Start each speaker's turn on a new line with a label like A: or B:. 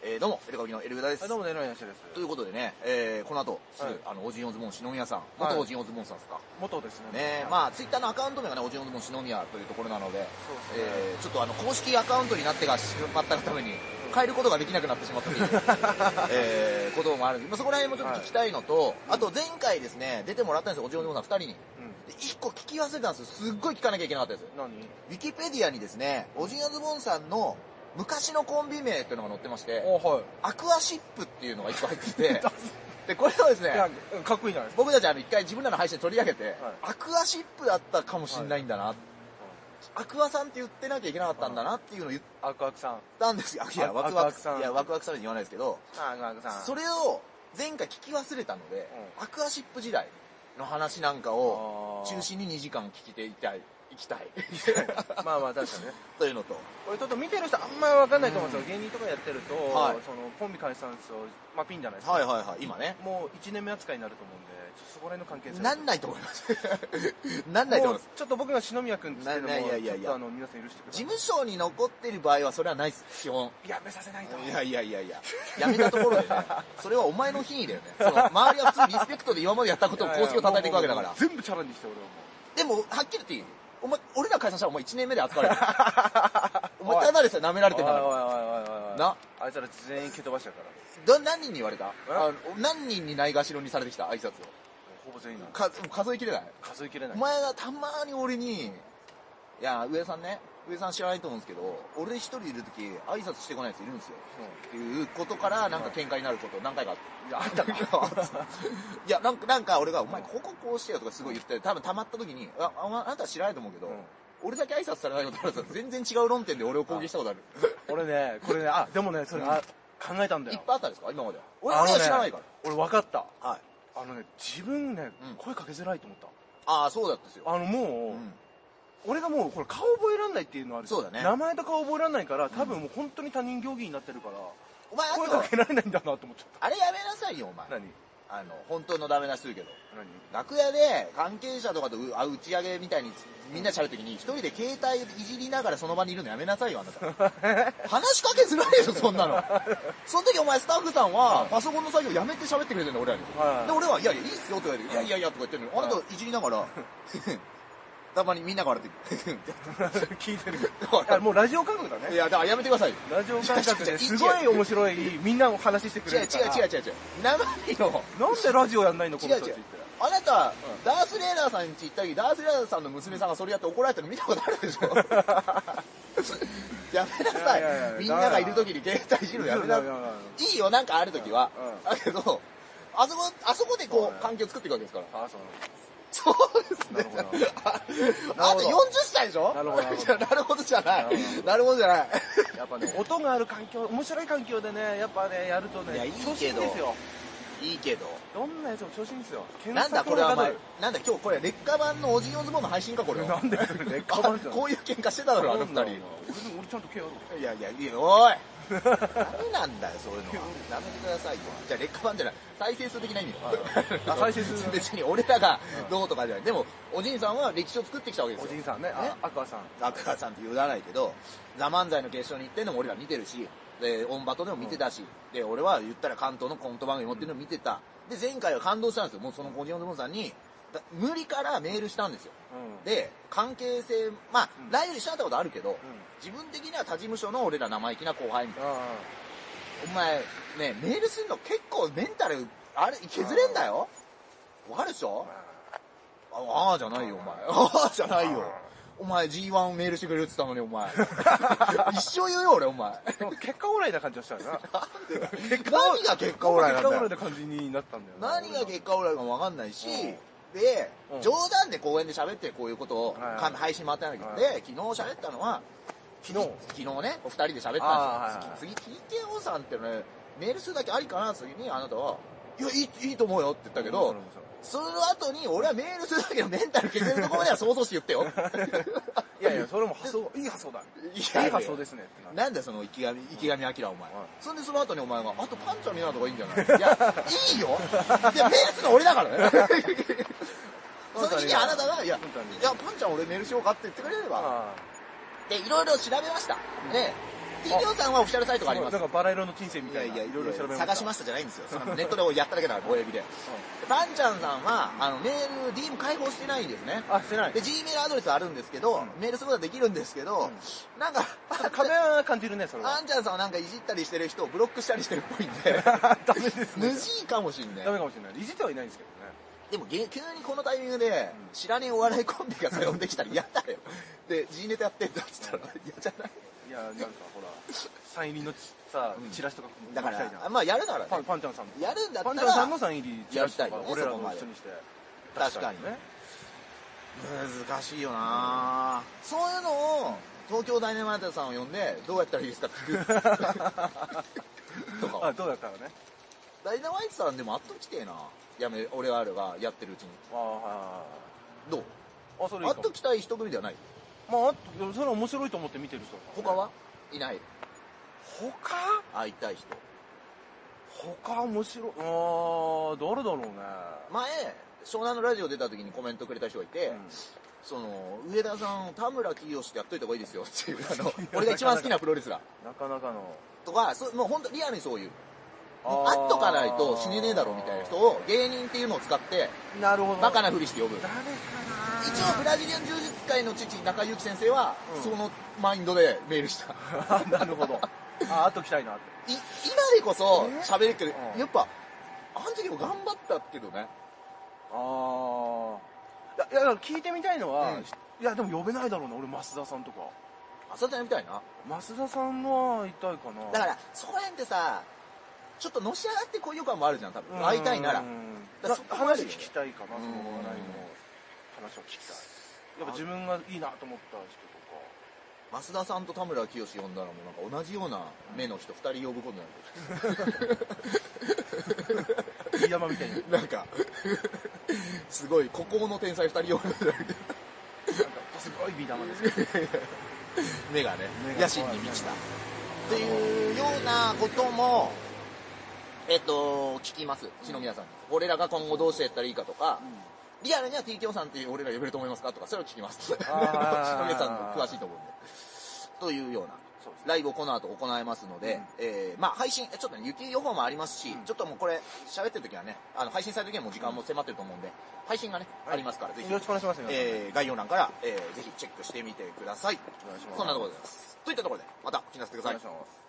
A: えー、どうも、エルカブキのエルベダです。
B: はい、どうも、ねろいなしです。
A: ということでね、えー、この後、すぐ、
B: はい
A: あの、オジンオズボンシノミヤさん、
B: はい
A: 元オジンオズボンさんですか。
B: 元ですね。
A: ね
B: はい
A: まあ、ツイッターのアカウント名がね、オジンオズボンシノミヤというところなので、
B: そうですね
A: えー、ちょっとあの、公式アカウントになってがしまったがために、変えることができなくなってしまったという、 えー、こともあるんで、まあ、そこら辺もちょっと聞きたいのと、あと前回ですね、出てもらったんですよ、オジンオズボンさん二人に。で一個聞き忘れたんですよ。すっごい聞かなきゃいけなかったです。
B: うん。何
A: ウィキペディアにですね、オジンオズボンさんの昔のコンビ名というのが載ってまして、
B: おはい。
A: アクアシップっていうのが一個入って て、で、これをです
B: いや
A: ね、、
B: かっこいいじゃないです
A: 僕たちあの一回自分らの配信で取り上げて、アクアシップだったかもしんないんだな、アクアさんって言ってなきゃいけなかったんだなっていうのを言っ
B: か。アクアクさん。
A: たんですよ。いや、
B: あ
A: ワクワク
B: アクアクさん
A: いや、ワクワクさんって言わないですけど、
B: アクアクさ
A: それを前回聞き忘れたので、アクアシップ時代の話なんかを
B: を
A: 中。 心に2時間聞いていたい、行きたい。
B: まあまあ、確かにね。
A: というのと、
B: これちょっと見てる人あんまりわかんないと思うんですよ。芸人とかやってると、
A: はい
B: そのコンビ解散ですよ。まあ、ピンじゃないですか。
A: はいはいはい、今ね。
B: もう1年目扱いになると思うんで、ちょっとそこら辺の関係性。
A: なんないと思います。 なんないと思います。
B: もうちょっと僕が篠宮君って言ってるの
A: な
B: も、
A: いないいやいやいや
B: ちょっとあの、皆さん許してくだ
A: 事
B: さい。
A: 務所に残ってる場合はそれはないです、基本。
B: やめさせないと。
A: いやいやいやいや、やめたところでね、それはお前の品位だよね。その周りは普通リスペクトで今までやったことを公式を叩いていくわけだ から。
B: 全部チャラにして、俺はも
A: でも、はっきり言っていいお前、俺ら解散したらお前1年目で扱われる。 お前ただでさえ舐められてんだから。
B: う。おいおいおいおいおいおい
A: な
B: あいつら全員蹴飛ばしたから。
A: だ何人に言われた
B: え
A: あの何人にないがしろにされてきた挨拶を。
B: ほぼ全員なの
A: か数えきれない
B: 数えきれない
A: お。前がたまに俺に、いや、上さんね、上さん知らないと思うんですけど、俺一人いるとき、挨拶してこないやついるんですよ。っていうことから、なんか喧嘩になること何回かあ ったかいや、なんか、なんか俺が、お前、こここうしてよとかすごい言って、多分溜まったときに、あ、ああなたは知らないと思うけど、
B: うん
A: 俺だけ挨拶されないことあるさ、全然違う論点で俺を攻撃したことある。
B: 俺ね、これね、あ、でもね、それ、あ考えたんだ
A: いっ
B: よ。
A: ぱいあったんですか今まで。俺、
B: あの
A: 俺
B: ね
A: は知らないから。。
B: 俺分かった。
A: はい。
B: あのね、自分ね
A: うん、
B: 声かけづらいと思っ
A: ああ、そうだったんですよ。
B: た。あの、も
A: う、
B: うん俺がもう、これ顔覚えらんないっていうのある
A: そうだね
B: 名前と顔覚えらんないから、多分もう本当に他人行儀になってるから、
A: お前、あ
B: 声
A: と
B: か、けられないんだなと思っちゃっ
A: あれやめなさいよ、お前
B: た。。何
A: あの、本当のダメ出しするけど。
B: 何
A: 楽屋で関係者とかとうあ打ち上げみたいにみんなで喋るときに一人で携帯いじりながらその場にいるのやめなさいよあなた話しかけづらいでしょそんなのその時お前スタッフさんはパソコンの作業やめて喋ってくれてるの俺らに、
B: はい
A: で俺はいやいやいいっすよって言われて、い、やいやいやとか言ってるのにあなたいじりながら たまにみんなが笑ってる
B: 聞い てる。 あ、もうラジオ感覚だ
A: い
B: ね。
A: やだからやめてくださいよ
B: ラジオ感覚
A: 違う違う違う
B: で、すごい面白い、みんなお話ししてく
A: 違う違
B: れるから。
A: う違う違う違う生の
B: なんでラジオやんないの、こ
A: 違う違
B: の人たちっ
A: う
B: て。
A: あなた、ダース・レーダーさんに行った時ダース・レーダーさんの娘さんがそれやって怒られたの見たことあるでしょやめなさい
B: いやいやいや
A: みんながいる時に携帯いじるのやめなさい
B: いやいやいや
A: いいよなんかある時は、
B: う
A: だけどあそこあそこでこ
B: は
A: う
B: い
A: 環境作っていくわけですから
B: あ、そう
A: そうですね
B: なるほど
A: あ
B: な
A: あ
B: る
A: と40
B: ほど
A: 歳でしょ
B: なるほどなるほど
A: じゃあなるほどじゃない
B: なるほど
A: なるほどじゃない
B: やっぱね、音がある環境、面白い環境でね、やっぱね、やるとね、
A: いやいいけど
B: 調子いいんですよ。
A: いいけど
B: どんなやつも調子いいんですよ。
A: なんだこれ
B: は
A: はお前なんだ今日これ劣化版のオジンオズボンの配信かこれは
B: なんでそれ劣化版じゃん
A: あこういう喧嘩してただろあの二人
B: 俺ちゃんと毛ある
A: いやいや、いや、おい何なんだよ、そういうのは。やめてくださいよ。じゃあ、劣化版じゃない。再生数的な意味
B: あ再生数
A: 別に俺らがどうとかじゃない。でも、おじいさんは歴史を作ってきたわけです
B: お
A: よ。
B: じいさんね、
A: ね
B: あアクアさん。
A: ザクラさんって言わないけど、ザ・漫才の決勝に行ってんのも俺ら見てるし、で、オンバトでも見てたし、で、俺は言ったら関東のコント番組持ってるの見てた。で、前回は感動したんですよ。もうそのコジオンズボンさんに、だ無理からメールしたんですよ。
B: う
A: で、関係性、まあ、
B: うん
A: ライブにしちゃったことあるけど、
B: ん。うん。
A: 自分的には他事務所の俺ら生意気な後輩みたいな。
B: あ
A: お前、ね、メールすんの結構メンタル、あれ、削れんだよわかるでしょああーじゃないよ、お前。 ああじゃないよ。お前 G1 メールしてくれるって言ったのに、お前。 一生言うよ、俺、お前。
B: あ。でも結果オーライな感じがしたよな。
A: 何が結果オーライなん
B: 結果オ
A: だ
B: ーライ
A: よ。
B: な感じになったんだよな。
A: 何が結果オーライかもわかんないし、で
B: う、ん
A: 冗談で公演で喋ってこういうことを
B: はいは
A: か
B: い
A: 配信回ってないけど、
B: はい
A: で、昨日喋ったのは、
B: 昨日
A: 昨日ね、お二人で喋っ
B: あー
A: た
B: はいは
A: ん
B: い
A: ですよ。次、TKO さんってね、メールするだけありかなって時に、あなたは、いや、いい、いいと思うよって言ったけど、その後に、俺はメールするだけのメンタル削るところまでは想像して言ってよ。
B: いやいや、 それも発想、いい発想だ。
A: やいや
B: いい発想ですね。ってな
A: なんだよその池上、池上彰お前
B: はい。
A: そんでその後にお前が、あとパンチャー見なとかいいんじゃ ないいや、いいよいや、メールするの俺だからね。その時にあなたが、いや、
B: 本当に
A: いや、パンちゃん俺メールしようかって言ってくれれば、
B: あ
A: で、いろいろ調べました。ね、企業さんはオフィシャルサイトがあります
B: なんかバラ色の人生み
A: い
B: た
A: や
B: い
A: い
B: な
A: や、
B: いろいろ調べました
A: 探しましたじゃないんですよ。そ のネットでやっただけだから、親指で。パンちゃんさんは、あの、メール、DM 開放してないんですね。
B: あしてない
A: で、Gmail アドレスあるんですけど、メールすることはできるんですけど、なんか、
B: 壁は感じるねそれは、
A: あんちゃんさんはなんかいじったりしてる人をブロックしたりしてるっぽいんで
B: ダメです
A: 無
B: ね
A: 事かもしんな
B: ダ
A: い。
B: メかもしれないいじってはいないんですけどね
A: でもげ急にこのタイミングで、知らねえお笑いコンビがさ、呼んできたら嫌だ よ。で、G ネタやってんだっつったら嫌じゃない
B: いやなんか ほらサイン入りのちさ
A: ん
B: チラシとか
A: だか
B: 来たじゃん
A: ら、あまあやるならね
B: パンパンちゃんさんの
A: やるんだった
B: パ
A: ら
B: ンちゃんさんのサイン入りチラシと
A: や
B: か
A: りたいよね
B: 俺ら
A: そこま
B: も
A: で
B: 一緒にして
A: 確かに
B: 出したりね
A: 難しいよな、そういうのを東京大ネマネタさんを呼んでどうやったらいいですか って聞くとか
B: あ
A: を
B: どうだったらね
A: ダイナマイトさんでもあっときてえなやめ俺はあるがやってるうちに
B: あーはい
A: どう
B: あそれい
A: あ
B: い
A: っ
B: かも
A: ときたい一組ではない
B: まああとそれは面白いと思って見てる人だから
A: 他は
B: ね
A: いない
B: 他
A: 会いたい人
B: 他面白いあー誰だろうね
A: 前湘南のラジオ出た時にコメントくれた人がいて、
B: うん
A: その上田さんを田村清ってやっといた方がいいですよっていうあの俺が一番好きなプロレスラー
B: なかなかの
A: とかそうもう本当リアルにそういうもう
B: あ
A: 会っとかないと死ねねえだろみたいな人を芸人っていうのを使って
B: なるほど
A: バカなふりして呼ぶ一
B: 誰
A: 応
B: か
A: ブラジリアン柔術界の父中井貴先生は、
B: うん
A: そのマインドでメールした
B: ななるほどああと来たいなって
A: い今でこそ喋るけど
B: うん
A: やっぱあの時も頑張ったけどね
B: ああいやいや聞いてみたいのは、
A: うん
B: いやでも呼べないだろうな俺増田さんとか
A: 朝ちゃんみたいな
B: 増田さんのはいたいかな
A: だからそこら辺ってさちょっとのし上がってこういう感もあるじゃん多分
B: うん
A: 会いたいなら
B: うん
A: だからそこまで
B: 話聞きたいかなその話の話を聞きたいやっぱ自分がいいなと思った人とか
A: 増田さんと田村清呼んだらもうなんか同じような目の人2人呼ぶことになる
B: 飯山みたいになんか
A: なんか、 すごい、孤高の天才二人呼んでる
B: すごいビー玉 ですけど
A: 目がね
B: 目、が
A: 野心に満ちた。っていうようなことも、えっと、聞きます、篠宮さんに。俺らが今後どうしていったらいいかとか、リアルには TKO さんっていう俺ら呼べると思いますかとか、それを聞きます。篠
B: あー
A: 宮さんの詳しいと思うんで。というような。
B: そうですね
A: ライブをこの後行いますので、
B: うん
A: えーまあ配信、ちょっとね、雪予報もありますし、
B: うん
A: ちょっともうこれ、喋ってる時はね、あの、配信される時はもう時間も迫ってると思うんで、配信がね、ありますから、ぜひ
B: よろしくお願いします皆さん
A: えー概要欄から、えーぜひチェックしてみてください。
B: お願いします
A: そんなところです。といったところで、またお聞きなさってく
B: お願
A: だ
B: い
A: さ
B: し
A: い。
B: ます